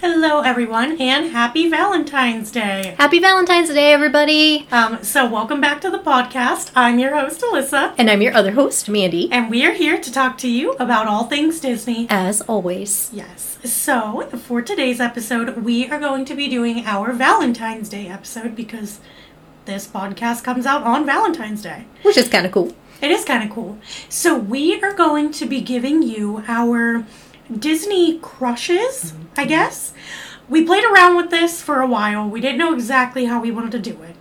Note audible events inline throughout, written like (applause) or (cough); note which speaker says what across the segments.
Speaker 1: Hello, everyone, and happy Valentine's Day.
Speaker 2: Happy Valentine's Day, everybody!
Speaker 1: Um, so, welcome back to the podcast. I'm your host, Alyssa,
Speaker 2: And I'm your other host, Mandy,
Speaker 1: and we are here to talk to you about all things Disney.
Speaker 2: as always.
Speaker 1: Yes. So, for today's episode, we are going to be doing our Valentine's Day episode because this podcast comes out on Valentine's Day.
Speaker 2: Which is kind of cool.
Speaker 1: It is kind of cool. So, we are going to be giving you our Disney crushes, I guess. We played around with this for a while. We didn't know exactly how we wanted to do it.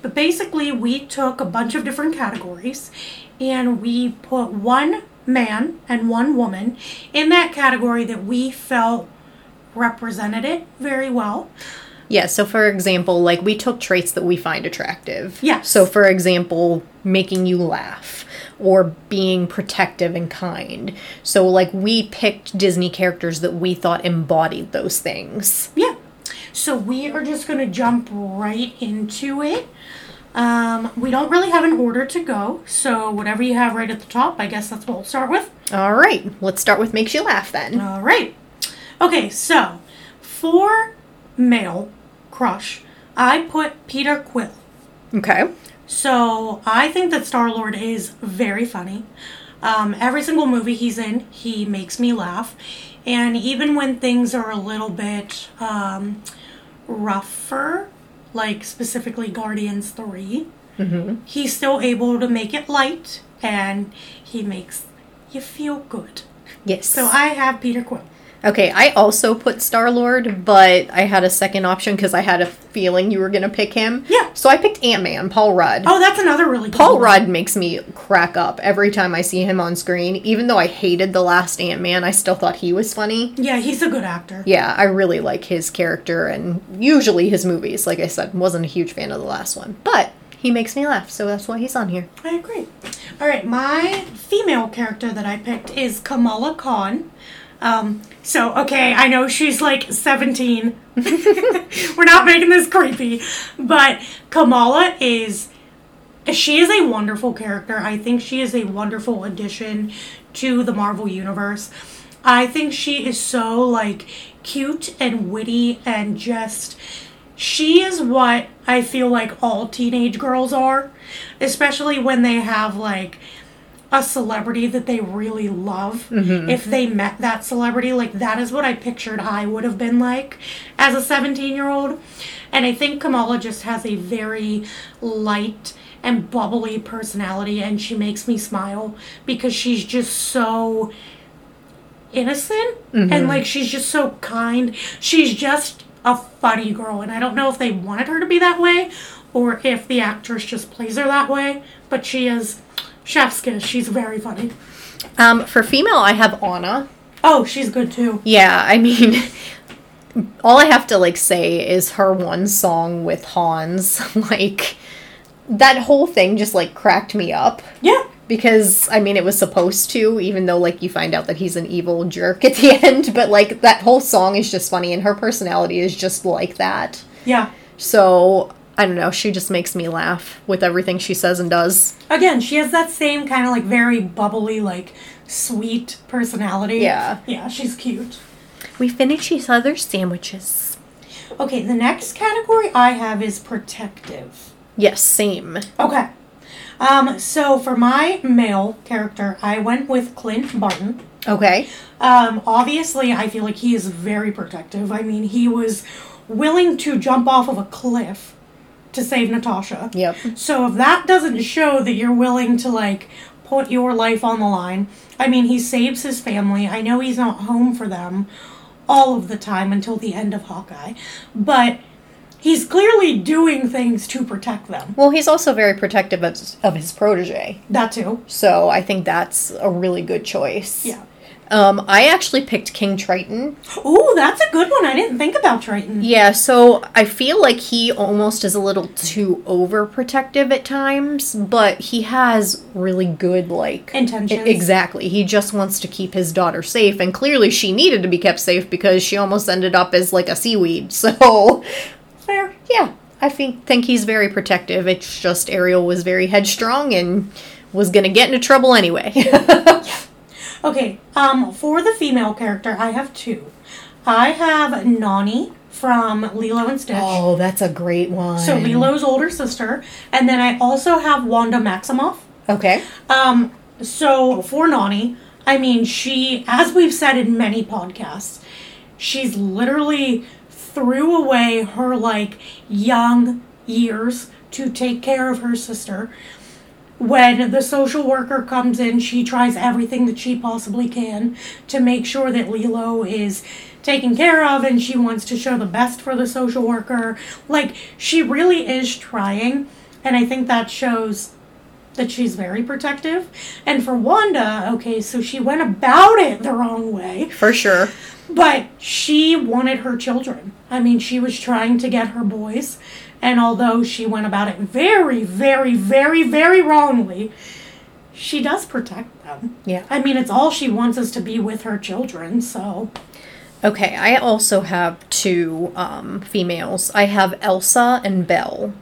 Speaker 1: But basically, we took a bunch of different categories and we put one man and one woman in that category that we felt represented it very well.
Speaker 2: Yeah, so for example, like we took traits that we find attractive.
Speaker 1: Yes.
Speaker 2: So for example, making you laugh or being protective and kind. So like we picked Disney characters that we thought embodied those things.
Speaker 1: Yeah. So we are just going to jump right into it. Um, we don't really have an order to go, so whatever you have right at the top, I guess that's what we'll start with.
Speaker 2: All right, let's start with makes you laugh then.
Speaker 1: All right. Okay, so for male crush, I put Peter Quill. Oh.
Speaker 2: Okay.
Speaker 1: So I think that Star Lord is very funny. Um, every single movie he's in, he makes me laugh. And even when things are a little bit um, rougher, like specifically Guardians 3, he's still able to make it light and he makes you feel good.
Speaker 2: Yes.
Speaker 1: So I have Peter Quill.
Speaker 2: Okay, I also put Star Lord, but I had a second option because I had a feeling you were gonna pick him.
Speaker 1: Yeah.
Speaker 2: So I picked Ant Man, Paul Rudd.
Speaker 1: Oh, that's another really good
Speaker 2: Paul
Speaker 1: one.
Speaker 2: Rudd makes me crack up every time I see him on screen. Even though I hated the last Ant Man, I still thought he was funny.
Speaker 1: Yeah, he's a good actor.
Speaker 2: Yeah, I really like his character and usually his movies. Like I said, wasn't a huge fan of the last one, but he makes me laugh, so that's why he's on here.
Speaker 1: I agree. All right, my female character that I picked is Kamala Khan. Um, so, okay, I know she's like 17. (laughs) We're not making this creepy, but Kamala is. She is a wonderful character. I think she is a wonderful addition to the Marvel Universe. I think she is so, like, cute and witty and just. She is what I feel like all teenage girls are, especially when they have, like, a celebrity that they really love if they met that celebrity like that is what i pictured i would have been like as a 17 year old and i think kamala just has a very light and bubbly personality and she makes me smile because she's just so innocent and like she's just so kind she's just a funny girl and i don't know if they wanted her to be that way or if the actress just plays her that way but she is chef's kiss she's very funny
Speaker 2: Um, for female, I have Anna.
Speaker 1: oh she's good too
Speaker 2: Yeah, I mean, (laughs) all I have to like say is her one song with Hans. (laughs) like that whole thing just like cracked me up
Speaker 1: yeah
Speaker 2: because I mean it was supposed to, even though like you find out that he's an evil jerk (laughs) at the end. But like that whole song is just funny, and her personality is just like that.
Speaker 1: yeah
Speaker 2: So I don't know. She just makes me laugh with everything she says and does.
Speaker 1: again she has that same kind of like very bubbly like sweet personality
Speaker 2: Yeah.
Speaker 1: yeah she's cute
Speaker 2: We finish each other's sandwiches.
Speaker 1: okay the next category i have is protective
Speaker 2: Yes, same.
Speaker 1: Okay. Um, so for my male character, I went with Clint Barton.
Speaker 2: Okay.
Speaker 1: Um, obviously, I feel like he is very protective. I mean, he was willing to jump off of a cliff to save Natasha.
Speaker 2: Yep.
Speaker 1: So if that doesn't show that you're willing to like put your life on the line, I mean, he saves his family. I know he's not home for them all of the time until the end of Hawkeye, but he's clearly doing things to protect them.
Speaker 2: Well, he's also very protective of, of his protege.
Speaker 1: That too.
Speaker 2: So I think that's a really good choice.
Speaker 1: Yeah.
Speaker 2: Um, I actually picked King Triton.
Speaker 1: Ooh, that's a good one. I didn't think about Triton.
Speaker 2: Yeah, so I feel like he almost is a little too overprotective at times, but he has really good, like.
Speaker 1: Intentions.
Speaker 2: I- Exactly. He just wants to keep his daughter safe, and clearly she needed to be kept safe because she almost ended up as, like, a seaweed. (laughs) So,
Speaker 1: Fair.
Speaker 2: yeah, I think, think he's very protective. It's just Ariel was very headstrong and was going to get into
Speaker 1: (laughs)
Speaker 2: trouble anyway.
Speaker 1: Okay, um, for the female character, I have two. I have Nani from Lilo and Stitch.
Speaker 2: Oh, that's a great one.
Speaker 1: So Lilo's older sister, and then I also have Wanda Maximoff.
Speaker 2: Okay.
Speaker 1: Um, so for Nani, I mean, she, as we've said in many podcasts, she's literally threw away her like young years to take care of her sister. When the social worker comes in, she tries everything that she possibly can to make sure that Lilo is taken care of and she wants to show the best for the social worker. Like, she really is trying, and I think that shows that she's very protective. And for Wanda, okay, so she went about it the wrong way,
Speaker 2: For sure.
Speaker 1: but she wanted her children. I mean, she was trying to get her boys, and although she went about it very, very, very, very wrongly, she does protect them.
Speaker 2: Yeah.
Speaker 1: I mean, it's all she wants is to be with her children, so
Speaker 2: Okay, I also have two um, females. I have Elsa and Belle.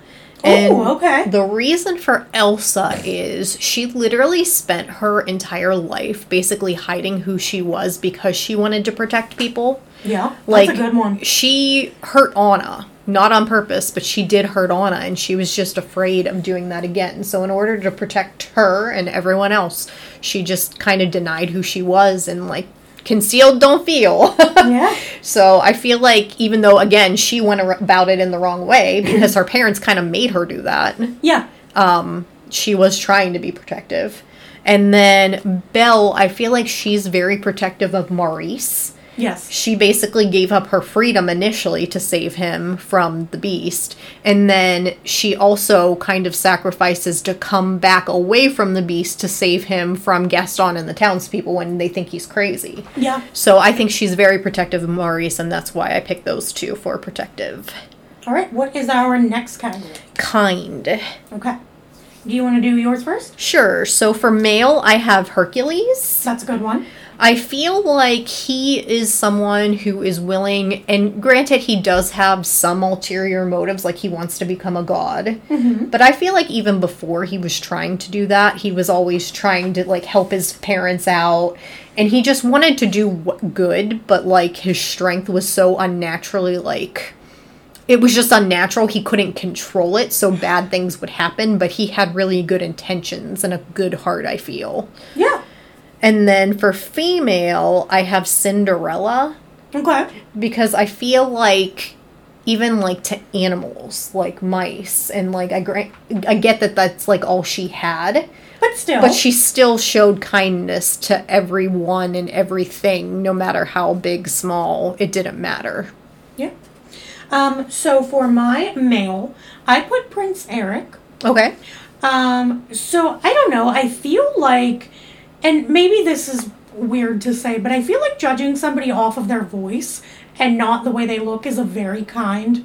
Speaker 1: Oh, okay.
Speaker 2: The reason for Elsa is she literally spent her entire life basically hiding who she was because she wanted to protect people.
Speaker 1: yeah,
Speaker 2: Like
Speaker 1: that's a good one.
Speaker 2: she hurt Anna, not on purpose, but she did hurt Anna and she was just afraid of doing that again. So in order to protect her and everyone else, she just kind of denied who she was and like concealed don't feel. (laughs)
Speaker 1: Yeah.
Speaker 2: So I feel like even though again she went ar- about it in the wrong way because her parents kind of made her do that,
Speaker 1: Yeah.
Speaker 2: um, she was trying to be protective. And then Belle, I feel like she's very protective of Maurice.
Speaker 1: Yes.
Speaker 2: She basically gave up her freedom initially to save him from the beast, and then she also kind of sacrifices to come back away from the beast to save him from Gaston and the townspeople when they think he's crazy.
Speaker 1: Yeah.
Speaker 2: So I think she's very protective of Maurice, and that's why I picked those two for protective.
Speaker 1: All right, what is our next category?
Speaker 2: Kind.
Speaker 1: Okay. Do you want to do yours first?
Speaker 2: Sure, so for male, I have Hercules.
Speaker 1: That's a good one.
Speaker 2: I feel like he is someone who is willing, and granted, he does have some ulterior motives, like he wants to become a god. But I feel like even before he was trying to do that, he was always trying to like help his parents out, and he just wanted to do wh- good. But like his strength was so unnaturally like it was just unnatural. He couldn't control it, so bad things would happen. But he had really good intentions and a good heart. I feel.
Speaker 1: Yeah.
Speaker 2: And then for female, I have Cinderella
Speaker 1: Okay.
Speaker 2: because I feel like even like to animals, like mice, and like I gra- I get that that's like all she had,
Speaker 1: But still.
Speaker 2: but she still showed kindness to everyone and everything, no matter how big, small, it didn't matter.
Speaker 1: yeah. Um, so for my male, I put Prince Eric.
Speaker 2: Okay.
Speaker 1: Um, so I don't know. I feel like, and maybe this is weird to say, but I feel like judging somebody off of their voice and not the way they look is a very kind,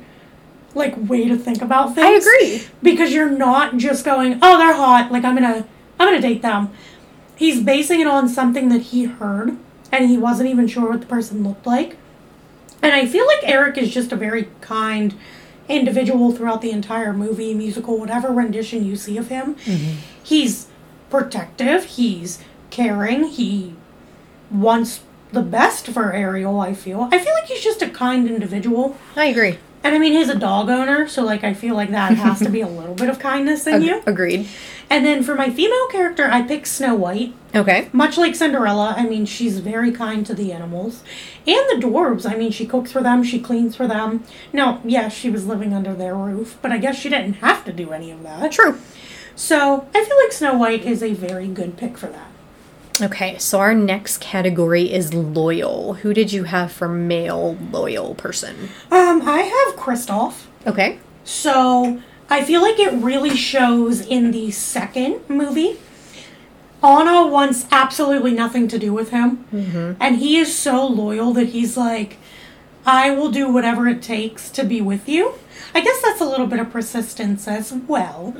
Speaker 1: like, way to think about things.
Speaker 2: agree.
Speaker 1: Because you're not just going, oh, they're hot. Like, I'm gonna, I'm gonna date them. He's basing it on something that he heard and he wasn't even sure what the person looked like. And I feel like Eric is just a very kind individual throughout the entire movie, musical, whatever rendition you see of him.
Speaker 2: Mm-hmm.
Speaker 1: He's protective, he's caring, he wants the best for Ariel, I feel. I feel like he's just a kind individual.
Speaker 2: I agree.
Speaker 1: And I mean, he's a dog owner, so like I feel like that has to be
Speaker 2: (laughs)
Speaker 1: a little bit of kindness in
Speaker 2: Ag-
Speaker 1: you.
Speaker 2: Agreed.
Speaker 1: And then for my female character, I picked Snow White
Speaker 2: Okay.
Speaker 1: much like Cinderella, I mean, she's very kind to the animals and the dwarves. I mean, she cooks for them, she cleans for them. Now, yeah, she was living under their roof, but I guess she didn't have to do any of that.
Speaker 2: True.
Speaker 1: So I feel like Snow White is a very good pick for that.
Speaker 2: Okay, so our next category is loyal. Who did you have for male loyal person?
Speaker 1: Um, I have Kristoff.
Speaker 2: Okay.
Speaker 1: So I feel like it really shows in the second movie. Anna wants absolutely nothing to do with him. And he is so loyal that he's like, I will do whatever it takes to be with you. I guess that's a little bit of persistence as well.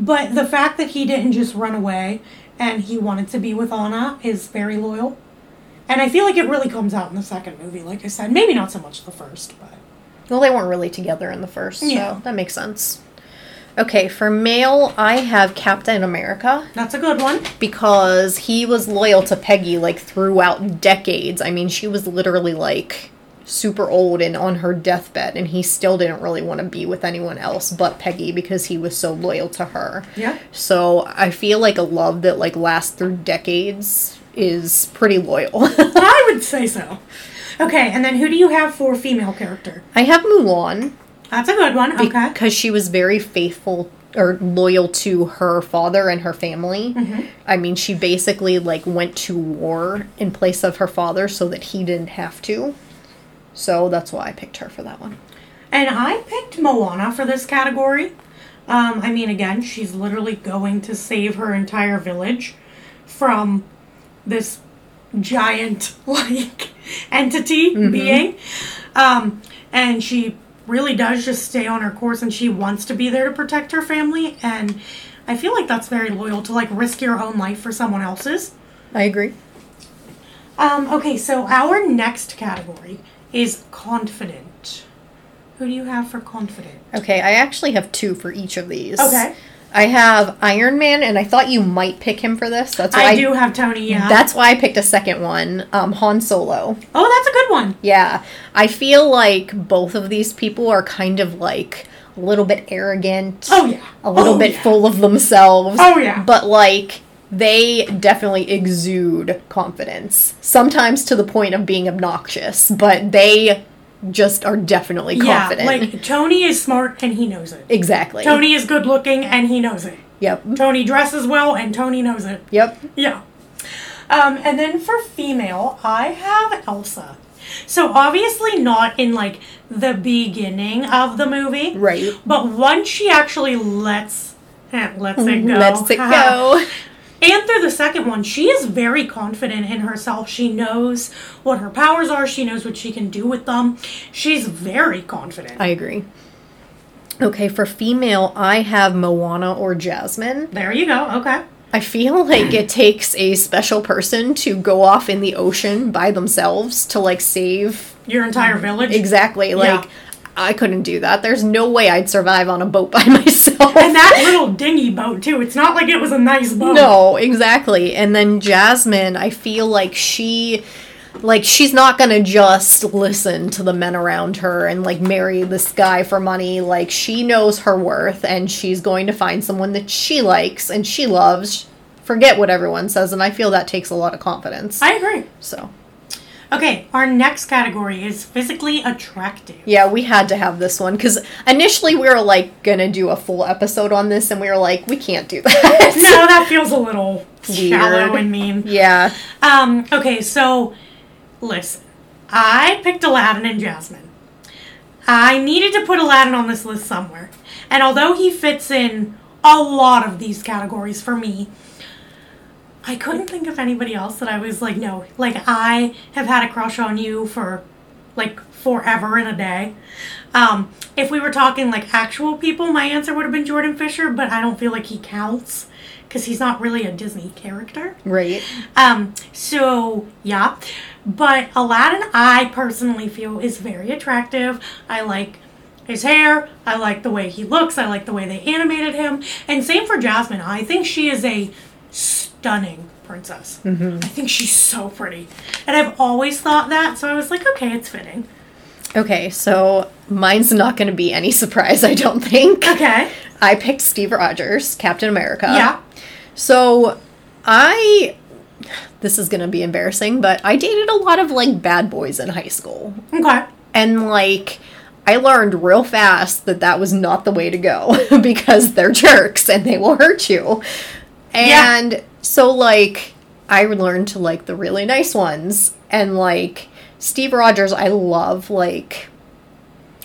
Speaker 1: But the fact that he didn't just run away and he wanted to be with Anna is very loyal. And I feel like it really comes out in the second movie, like I said. Maybe not so much the first, but.
Speaker 2: Well, they weren't really together in the first, so
Speaker 1: Yeah.
Speaker 2: that makes sense. Okay, for male, I have Captain America
Speaker 1: That's a good one.
Speaker 2: because he was loyal to Peggy like throughout decades. I mean, she was literally like super old and on her deathbed, and he still didn't really want to be with anyone else but Peggy because he was so loyal to her.
Speaker 1: Yeah.
Speaker 2: So I feel like a love that like lasts through decades is pretty loyal. (laughs)
Speaker 1: I would say so. Okay, and then who do you have for female character?
Speaker 2: I have Mulan
Speaker 1: That's a good one. Okay.
Speaker 2: because she was very faithful or loyal to her father and her family.
Speaker 1: Mm-hmm.
Speaker 2: I mean, she basically like went to war in place of her father so that he didn't have to. So that's why I picked her for that one.
Speaker 1: And I picked Moana for this category. Um, I mean, again, she's literally going to save her entire village from this giant (laughs) like entity being. Um, and she really does just stay on her course and she wants to be there to protect her family. And I feel like that's very loyal to like risk your own life for someone else's.
Speaker 2: I agree.
Speaker 1: Um, okay, so our next category is confident. Who do you have for confident?
Speaker 2: Okay, I actually have two for each of these.
Speaker 1: Okay.
Speaker 2: I have Iron Man, and I thought you might pick him for this. That's why
Speaker 1: I do have Tony. Yeah.
Speaker 2: That's why I picked a second one, um, Han Solo.
Speaker 1: oh, that's a good one.
Speaker 2: Yeah, I feel like both of these people are kind of like a little bit arrogant.
Speaker 1: Oh, yeah.
Speaker 2: A little
Speaker 1: Oh,
Speaker 2: bit
Speaker 1: yeah.
Speaker 2: full of themselves.
Speaker 1: Oh, yeah.
Speaker 2: But like they definitely exude confidence. Sometimes to the point of being obnoxious, but they just are definitely confident.
Speaker 1: Yeah, like Tony is smart and he knows it.
Speaker 2: exactly.
Speaker 1: Tony is good looking and he knows it.
Speaker 2: Yep.
Speaker 1: Tony dresses well and Tony knows it.
Speaker 2: Yep.
Speaker 1: Yeah. Um, and then for female, I have Elsa. So obviously not in like the beginning of the movie,
Speaker 2: Right.
Speaker 1: But once she actually lets eh, lets it go, (laughs)
Speaker 2: Mm-hmm. Let's it go.
Speaker 1: And through the second one, she is very confident in herself. She knows what her powers are. She knows what she can do with them. She's very confident.
Speaker 2: I agree. Okay, for female, I have Moana or Jasmine.
Speaker 1: there you go. Okay.
Speaker 2: I feel like it takes a special person to go off in the ocean by themselves to like save.
Speaker 1: Your entire
Speaker 2: Mm-hmm.
Speaker 1: village.
Speaker 2: Exactly. Like
Speaker 1: Yeah.
Speaker 2: I couldn't do that. There's no way I'd survive on a boat (laughs) by myself.
Speaker 1: And that little dinghy boat too. It's not like it was a nice boat.
Speaker 2: (laughs) no, exactly. And then Jasmine, I feel like she like she's not going to just listen to the men around her and like marry this guy for money. Like she knows her worth and she's going to find someone that she likes and she loves. Forget what everyone says and I feel that takes a lot of confidence.
Speaker 1: I agree.
Speaker 2: So,
Speaker 1: Okay, our next category is physically attractive.
Speaker 2: (laughs) yeah, we had to have this one because initially we were like gonna do a full episode on this, and we were like, we can't do that.
Speaker 1: (laughs) No, that feels a little shallow
Speaker 2: Weird.
Speaker 1: and mean.
Speaker 2: yeah,
Speaker 1: Um, okay, so listen, I picked Aladdin and Jasmine. I needed to put Aladdin on this list somewhere, and although he fits in a lot of these categories for me, I couldn't think of anybody else that I was like, no, like I have had a crush on you for like forever and a day. Um, if we were talking like actual people, my answer would have been Jordan Fisher, but I don't feel like he counts because he's not really a Disney character.
Speaker 2: right.
Speaker 1: Um, so yeah, but Aladdin, I personally feel is very attractive. I like his hair. I like the way he looks. I like the way they animated him. And same for Jasmine. I think she is a stunning princess. I think she's so pretty, and I've always thought that. So I was like, okay, it's fitting.
Speaker 2: Okay, so mine's not gonna be any surprise, I don't think.
Speaker 1: Okay.
Speaker 2: I picked Steve Rogers, Captain America.
Speaker 1: yeah.
Speaker 2: So I this is gonna be embarrassing, but I dated a lot of like bad boys in high school.
Speaker 1: Okay.
Speaker 2: And like, I learned real fast that that was not the way to go (laughs) because they're jerks and they will hurt you.
Speaker 1: Yeah.
Speaker 2: And so, like, I learned to like the really nice ones. And like, Steve Rogers, I love like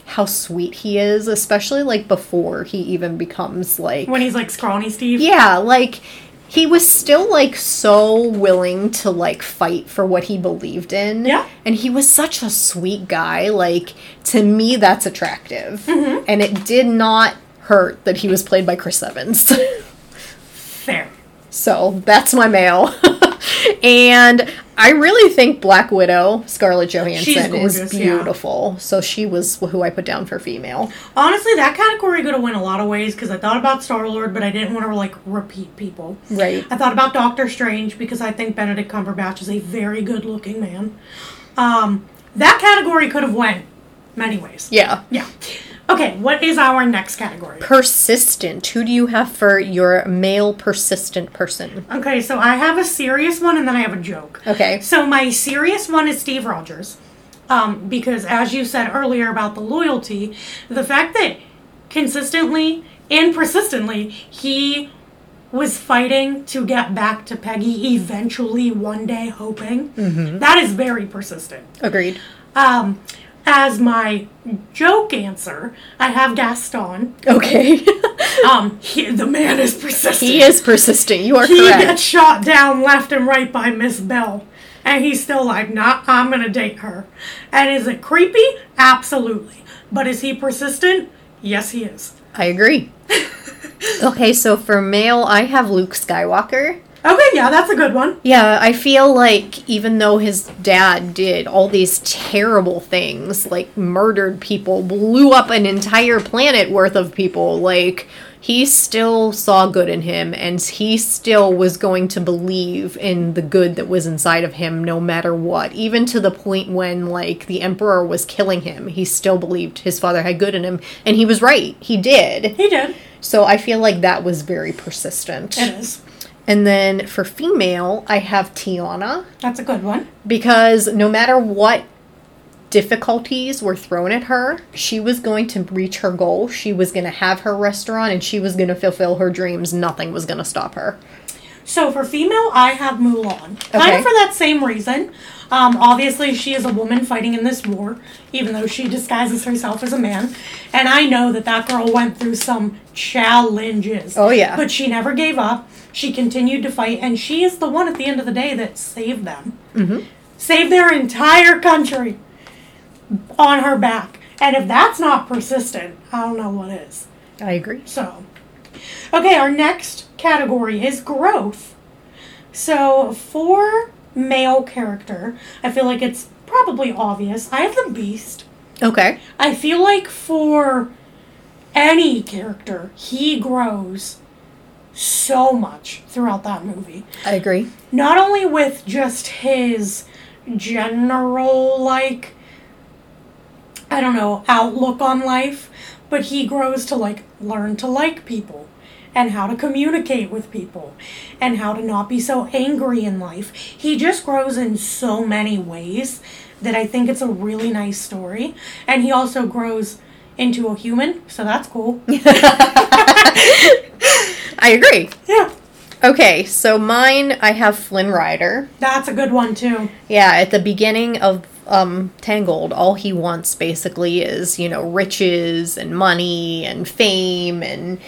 Speaker 2: how sweet he is, especially like before he even becomes like
Speaker 1: When he's like scrawny Steve.
Speaker 2: yeah, like he was still like so willing to like fight for what he believed in.
Speaker 1: Yeah.
Speaker 2: And he was such a sweet guy. Like to me that's attractive.
Speaker 1: Mm-hmm.
Speaker 2: And it did not hurt that he was played by Chris Evans. (laughs)
Speaker 1: Fair.
Speaker 2: so, that's my male. (laughs) and I really think Black Widow, Scarlett Johansson is
Speaker 1: gorgeous, yeah.
Speaker 2: beautiful. So she was who I put down for female.
Speaker 1: Honestly, that category could have went a lot of ways because I thought about Star Lord, but I didn't want to like repeat people.
Speaker 2: Right.
Speaker 1: I thought about Doctor Strange because I think Benedict Cumberbatch is a very good looking man. Um, That category could have went many ways.
Speaker 2: Yeah.
Speaker 1: Yeah. Okay, what is our next category?
Speaker 2: Persistent. Who do you have for your male persistent person?
Speaker 1: Okay, so I have a serious one and then I have a joke.
Speaker 2: Okay.
Speaker 1: So my serious one is Steve Rogers. Um, because as you said earlier about the loyalty, the fact that consistently and persistently he was fighting to get back to Peggy eventually one day hoping. that is very persistent.
Speaker 2: Agreed.
Speaker 1: Um, as my joke answer, I have Gaston.
Speaker 2: Okay.
Speaker 1: Um, he, the man is persistent.
Speaker 2: (laughs) he is persistent. You are
Speaker 1: He gets
Speaker 2: correct.
Speaker 1: shot down left and right by Miss Bell. And he's still like, nah, I'm gonna date her. And is it creepy? Absolutely. But is he persistent? Yes, he is. (laughs)
Speaker 2: I agree. okay, so for male, I have Luke Skywalker.
Speaker 1: Okay, yeah, that's a good one.
Speaker 2: Yeah, I feel like even though his dad did all these terrible things, like murdered people, blew up an entire planet worth of people, like he still saw good in him and he still was going to believe in the good that was inside of him no matter what. Even to the point when like the emperor was killing him, he still believed his father had good in him and he was right. He did.
Speaker 1: He did.
Speaker 2: So I feel like that was very persistent.
Speaker 1: It is.
Speaker 2: And then for female, I have Tiana
Speaker 1: That's a good one.
Speaker 2: because no matter what difficulties were thrown at her, she was going to reach her goal. She was going to have her restaurant and she was going to fulfill her dreams. Nothing was going to stop her.
Speaker 1: So for female, I have Mulan. Kind
Speaker 2: Okay.
Speaker 1: of for that same reason. Um, obviously, she is a woman fighting in this war, even though she disguises herself as a man. And I know that that girl went through some challenges.
Speaker 2: Oh, yeah.
Speaker 1: But she never gave up. She continued to fight, and she is the one at the end of the day that saved them. Mm-hmm. Saved their entire country on her back. And if that's not persistent, I don't know what is.
Speaker 2: I agree.
Speaker 1: So, okay, our next category is growth. So, for male character, I feel like it's probably obvious. I have the Beast.
Speaker 2: Okay.
Speaker 1: I feel like for any character, he grows so much throughout that movie
Speaker 2: I agree.
Speaker 1: not only with just his general like i don't know outlook on life but he grows to like learn to like people and how to communicate with people and how to not be so angry in life he just grows in so many ways that i think it's a really nice story and he also grows into a human so that's cool
Speaker 2: I agree.
Speaker 1: yeah
Speaker 2: Okay, so mine, I have Flynn Rider.
Speaker 1: that's a good one too
Speaker 2: Yeah, at the beginning of um Tangled, all he wants basically is, you know, riches and money and fame and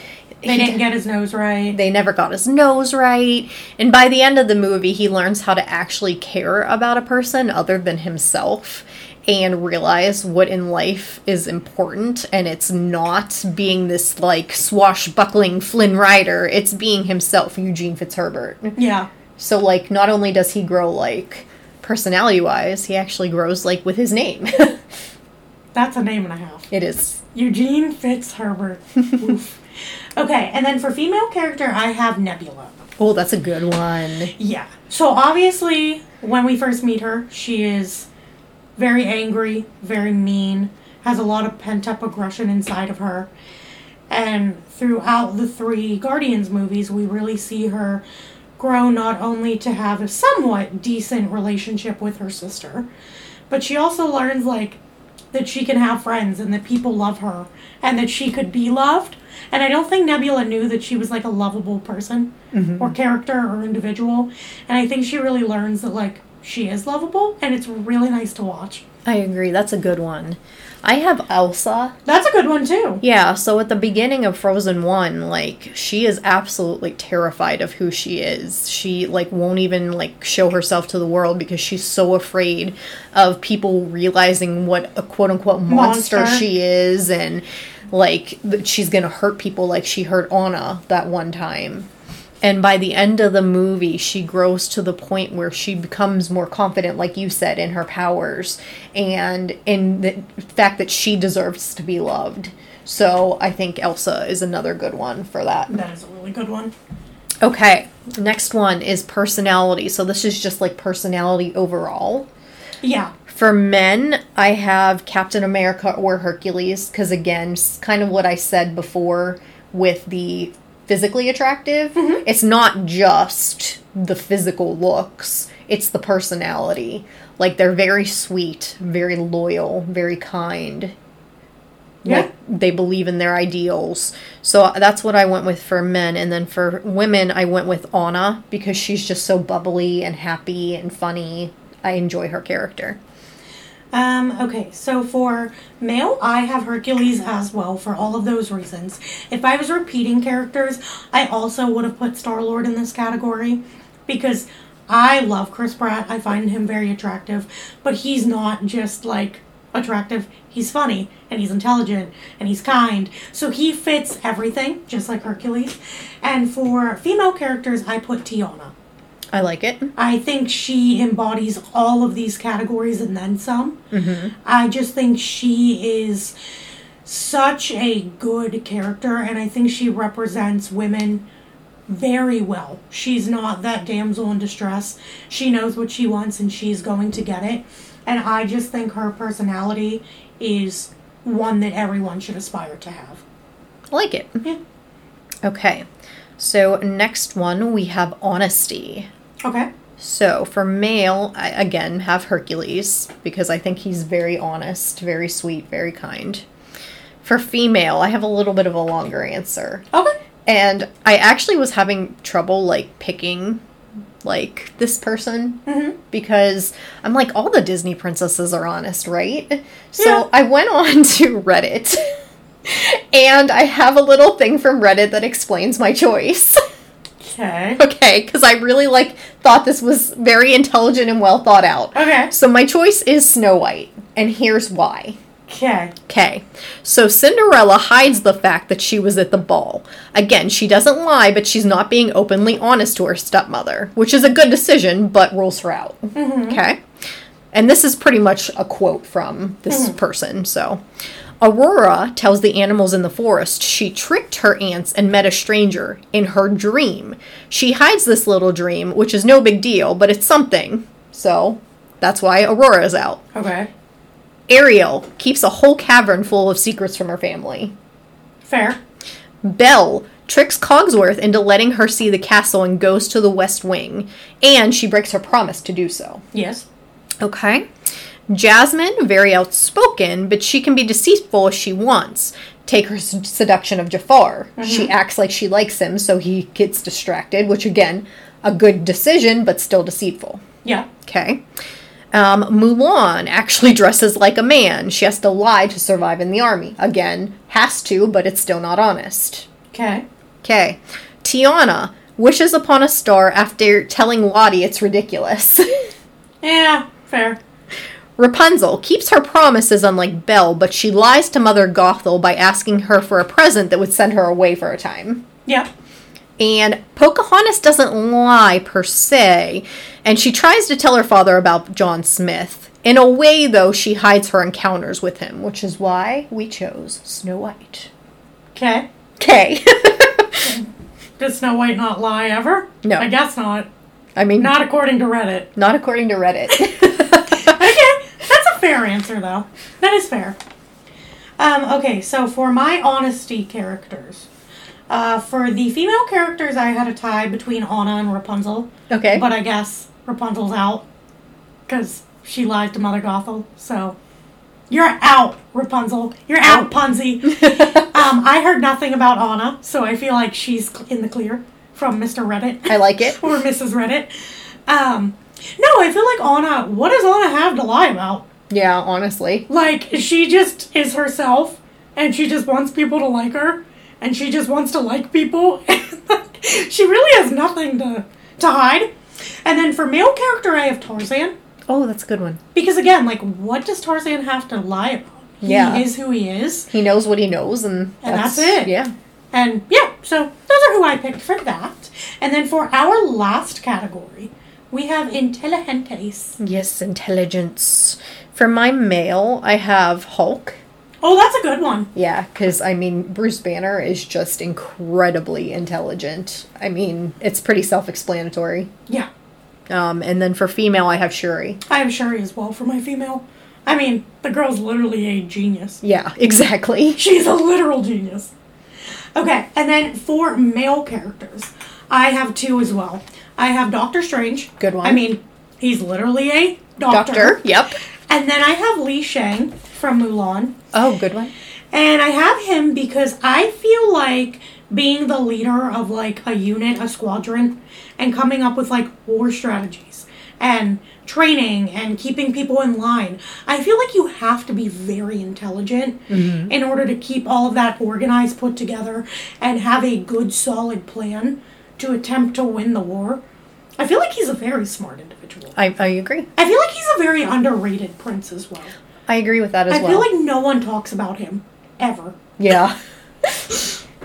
Speaker 1: they
Speaker 2: he-
Speaker 1: didn't get his nose right
Speaker 2: they never got his nose right. And by the end of the movie, he learns how to actually care about a person other than himself and realize what in life is important and it's not being this like swashbuckling Flynn Rider, it's being himself, Eugene Fitzherbert.
Speaker 1: yeah
Speaker 2: So like not only does he grow like personality wise, he actually grows like with his name. (laughs)
Speaker 1: that's a name and a half
Speaker 2: it is
Speaker 1: Eugene Fitzherbert. Oof. Okay, and then for female character, I have Nebula.
Speaker 2: Oh, that's a good one.
Speaker 1: Yeah. So obviously, when we first meet her, she is very angry, very mean, has a lot of pent up aggression inside of her. And throughout the three Guardians movies, we really see her grow not only to have a somewhat decent relationship with her sister, but she also learns, like, that she can have friends and that people love her and that she could be loved. And I don't think Nebula knew that she was like a lovable person or character or individual. And I think she really learns that like she is lovable and it's really nice to watch.
Speaker 2: I agree. That's a good one. I have Elsa.
Speaker 1: That's a good one too.
Speaker 2: Yeah, so at the beginning of Frozen 1, like she is absolutely terrified of who she is. She like won't even like show herself to the world because she's so afraid of people realizing what a quote-unquote monster,
Speaker 1: Monster.
Speaker 2: she is and like that she's going to hurt people like she hurt Anna that one time. And by the end of the movie, she grows to the point where she becomes more confident, like you said, in her powers and in the fact that she deserves to be loved. So I think Elsa is another good one for that.
Speaker 1: That is a really good one.
Speaker 2: Okay, next one is personality. So this is just like personality overall.
Speaker 1: Yeah.
Speaker 2: For men, I have Captain America or Hercules because again, s- kind of what I said before with the physically attractive, it's not just the physical looks, it's the personality. Like they're very sweet, very loyal, very kind.
Speaker 1: Yeah.
Speaker 2: Like they believe in their ideals. So uh, that's what I went with for men and then for women I went with Anna because she's just so bubbly and happy and funny. I enjoy her character.
Speaker 1: Um, okay, so for male, I have Hercules as well for all of those reasons. If I was repeating characters, I also would have put Star Lord in this category because I love Chris Pratt. I find him very attractive, but he's not just like attractive. He's funny and he's intelligent and he's kind. So he fits everything, just like Hercules. And for female characters, I put Tiana.
Speaker 2: I like it.
Speaker 1: I think she embodies all of these categories and then some. I just think she is such a good character, and I think she represents women very well. She's not that damsel in distress. She knows what she wants, and she's going to get it. And I just think her personality is one that everyone should aspire to have.
Speaker 2: I like it.
Speaker 1: Yeah.
Speaker 2: Okay. So, next one we have honesty.
Speaker 1: Okay.
Speaker 2: So, for male, I again have Hercules because I think he's very honest, very sweet, very kind. For female, I have a little bit of a longer answer.
Speaker 1: Okay.
Speaker 2: And I actually was having trouble like picking like this person because I'm like all the Disney princesses are honest, right? So
Speaker 1: Yeah.
Speaker 2: I went (laughs) on to Reddit and I have a little thing from Reddit that explains my choice. (laughs)
Speaker 1: Okay.
Speaker 2: okay, cuz I really like thought this was very intelligent and well thought out.
Speaker 1: Okay.
Speaker 2: So my choice is Snow White, and here's why.
Speaker 1: Okay.
Speaker 2: Okay, so Cinderella hides the fact that she was at the ball. Again, she doesn't lie, but she's not being openly honest to her stepmother, which is a good decision, but rules her out. Okay? And this is pretty much a quote from this person, so. Aurora tells the animals in the forest she tricked her aunts and met a stranger in her dream. She hides this little dream, which is no big deal, but it's something. So, that's why Aurora's out.
Speaker 1: Okay.
Speaker 2: Ariel keeps a whole cavern full of secrets from her family.
Speaker 1: Fair.
Speaker 2: Belle tricks Cogsworth into letting her see the castle and goes to the West Wing, and she breaks her promise to do so.
Speaker 1: Yes.
Speaker 2: Okay. Jasmine, very outspoken, but she can be deceitful if she wants. Take her s- seduction of Jafar. She acts like she likes him, so he gets distracted, which again, a good decision, but still deceitful.
Speaker 1: Yeah.
Speaker 2: Okay. Um, Mulan actually (laughs) dresses like a man. She has to lie to survive in the army. Again, has to, but it's still not honest.
Speaker 1: Okay.
Speaker 2: Okay. Tiana wishes upon a star after telling Lottie it's ridiculous. (laughs)
Speaker 1: Yeah. Fair.
Speaker 2: Rapunzel keeps her promises, unlike Belle, but she lies to Mother Gothel by asking her for a present that would send her away for a time.
Speaker 1: Yeah.
Speaker 2: And Pocahontas doesn't lie per se, and she tries to tell her father about John Smith. In a way, though, she hides her encounters with him, which is why we chose Snow White.
Speaker 1: Okay.
Speaker 2: Okay. (laughs)
Speaker 1: Did Snow White not lie ever?
Speaker 2: No.
Speaker 1: I guess not.
Speaker 2: I mean, not,
Speaker 1: Not according to Reddit.
Speaker 2: according to Reddit.
Speaker 1: (laughs) Okay. That's a fair answer, though. That is fair. Um, okay, so for my honesty characters, uh, for the female characters, I had a tie between Anna and Rapunzel.
Speaker 2: okay.
Speaker 1: But I guess Rapunzel's out because she lied to Mother Gothel. So you're out, Rapunzel. You're out, Punzi.
Speaker 2: (laughs)
Speaker 1: um, I heard nothing about Anna, so I feel like she's cl- in the clear from Mr. Reddit
Speaker 2: I like
Speaker 1: (laughs)
Speaker 2: it.
Speaker 1: or Mrs. Reddit. Um, no, I feel like Anna. What does Anna have to lie about?
Speaker 2: Yeah, honestly.
Speaker 1: Like she just is herself, and she just wants people to like her, and she just wants to like people. (laughs) she really has nothing to to hide. And then for male character, I have Tarzan
Speaker 2: Oh, that's a good one.
Speaker 1: because again, like, what does Tarzan have to lie about?
Speaker 2: Yeah.
Speaker 1: he is who he is,
Speaker 2: He knows what he knows, and,
Speaker 1: And that's it.
Speaker 2: Yeah.
Speaker 1: and yeah. So those are who I picked for that. And then for our last category, we have intelligentes.
Speaker 2: Yes, intelligence. For my male, I have Hulk.
Speaker 1: Oh, that's a good one.
Speaker 2: Yeah, because I mean, Bruce Banner is just incredibly intelligent. I mean, it's pretty self explanatory.
Speaker 1: Yeah.
Speaker 2: Um, and then for female, I have Shuri.
Speaker 1: I have Shuri as well for my female. I mean, the girl's literally a genius.
Speaker 2: Yeah, (laughs) exactly.
Speaker 1: She's a literal genius. Okay, and then for male characters, I have two as well. I have Doctor Strange.
Speaker 2: Good one.
Speaker 1: I mean, he's literally a doctor.
Speaker 2: Doctor. Yep.
Speaker 1: And then I have Li Shang from Mulan.
Speaker 2: Oh, good one.
Speaker 1: And I have him because I feel like being the leader of like a unit, a squadron, and coming up with like war strategies and training and keeping people in line. I feel like you have to be very intelligent in order to keep all of that organized, put together, and have a good, solid plan to attempt to win the war. I feel like he's a very smart individual.
Speaker 2: I, I agree.
Speaker 1: I feel like he's a very underrated prince as well.
Speaker 2: I agree with that as
Speaker 1: I
Speaker 2: well.
Speaker 1: feel like no one talks about him ever.
Speaker 2: yeah.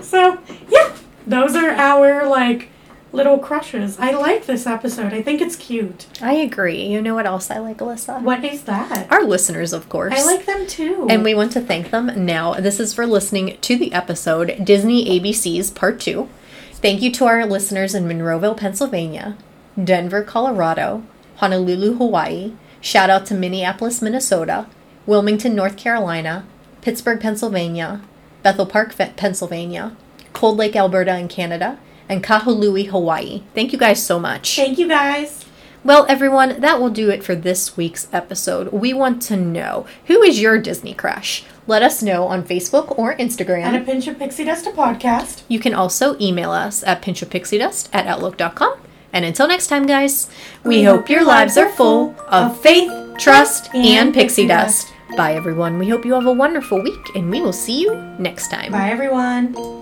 Speaker 1: So, yeah, those are our like little crushes. I like this episode. I think it's cute.
Speaker 2: (laughs) I agree. You know what else I like, Alyssa?
Speaker 1: What is that?
Speaker 2: Our listeners, of course.
Speaker 1: I like them too.
Speaker 2: And we want to thank them now. This is for listening to the episode Disney ABC's Part 2. Thank you to our listeners in Monroeville, Pennsylvania, Denver, Colorado, Honolulu, Hawaii. Shout out to Minneapolis, Minnesota, Wilmington, North Carolina, Pittsburgh, Pennsylvania, Bethel Park, Fe- Pennsylvania, Cold Lake, Alberta, in Canada, and Kahului, Hawaii. Thank you guys so much.
Speaker 1: Thank you guys.
Speaker 2: Well, everyone, that will do it for this week's episode. We want to know who is your Disney crush? Let us know on Facebook or
Speaker 1: And a
Speaker 2: Instagram.
Speaker 1: pinch of pixie dust a podcast.
Speaker 2: You can also email us at pinchofpixiedust at outlook.com. And until next time, guys, we, hope your lives are full of faith, trust, and, pixie dust. Bye, everyone. We hope you have a wonderful week, and we will see you next time.
Speaker 1: Bye everyone.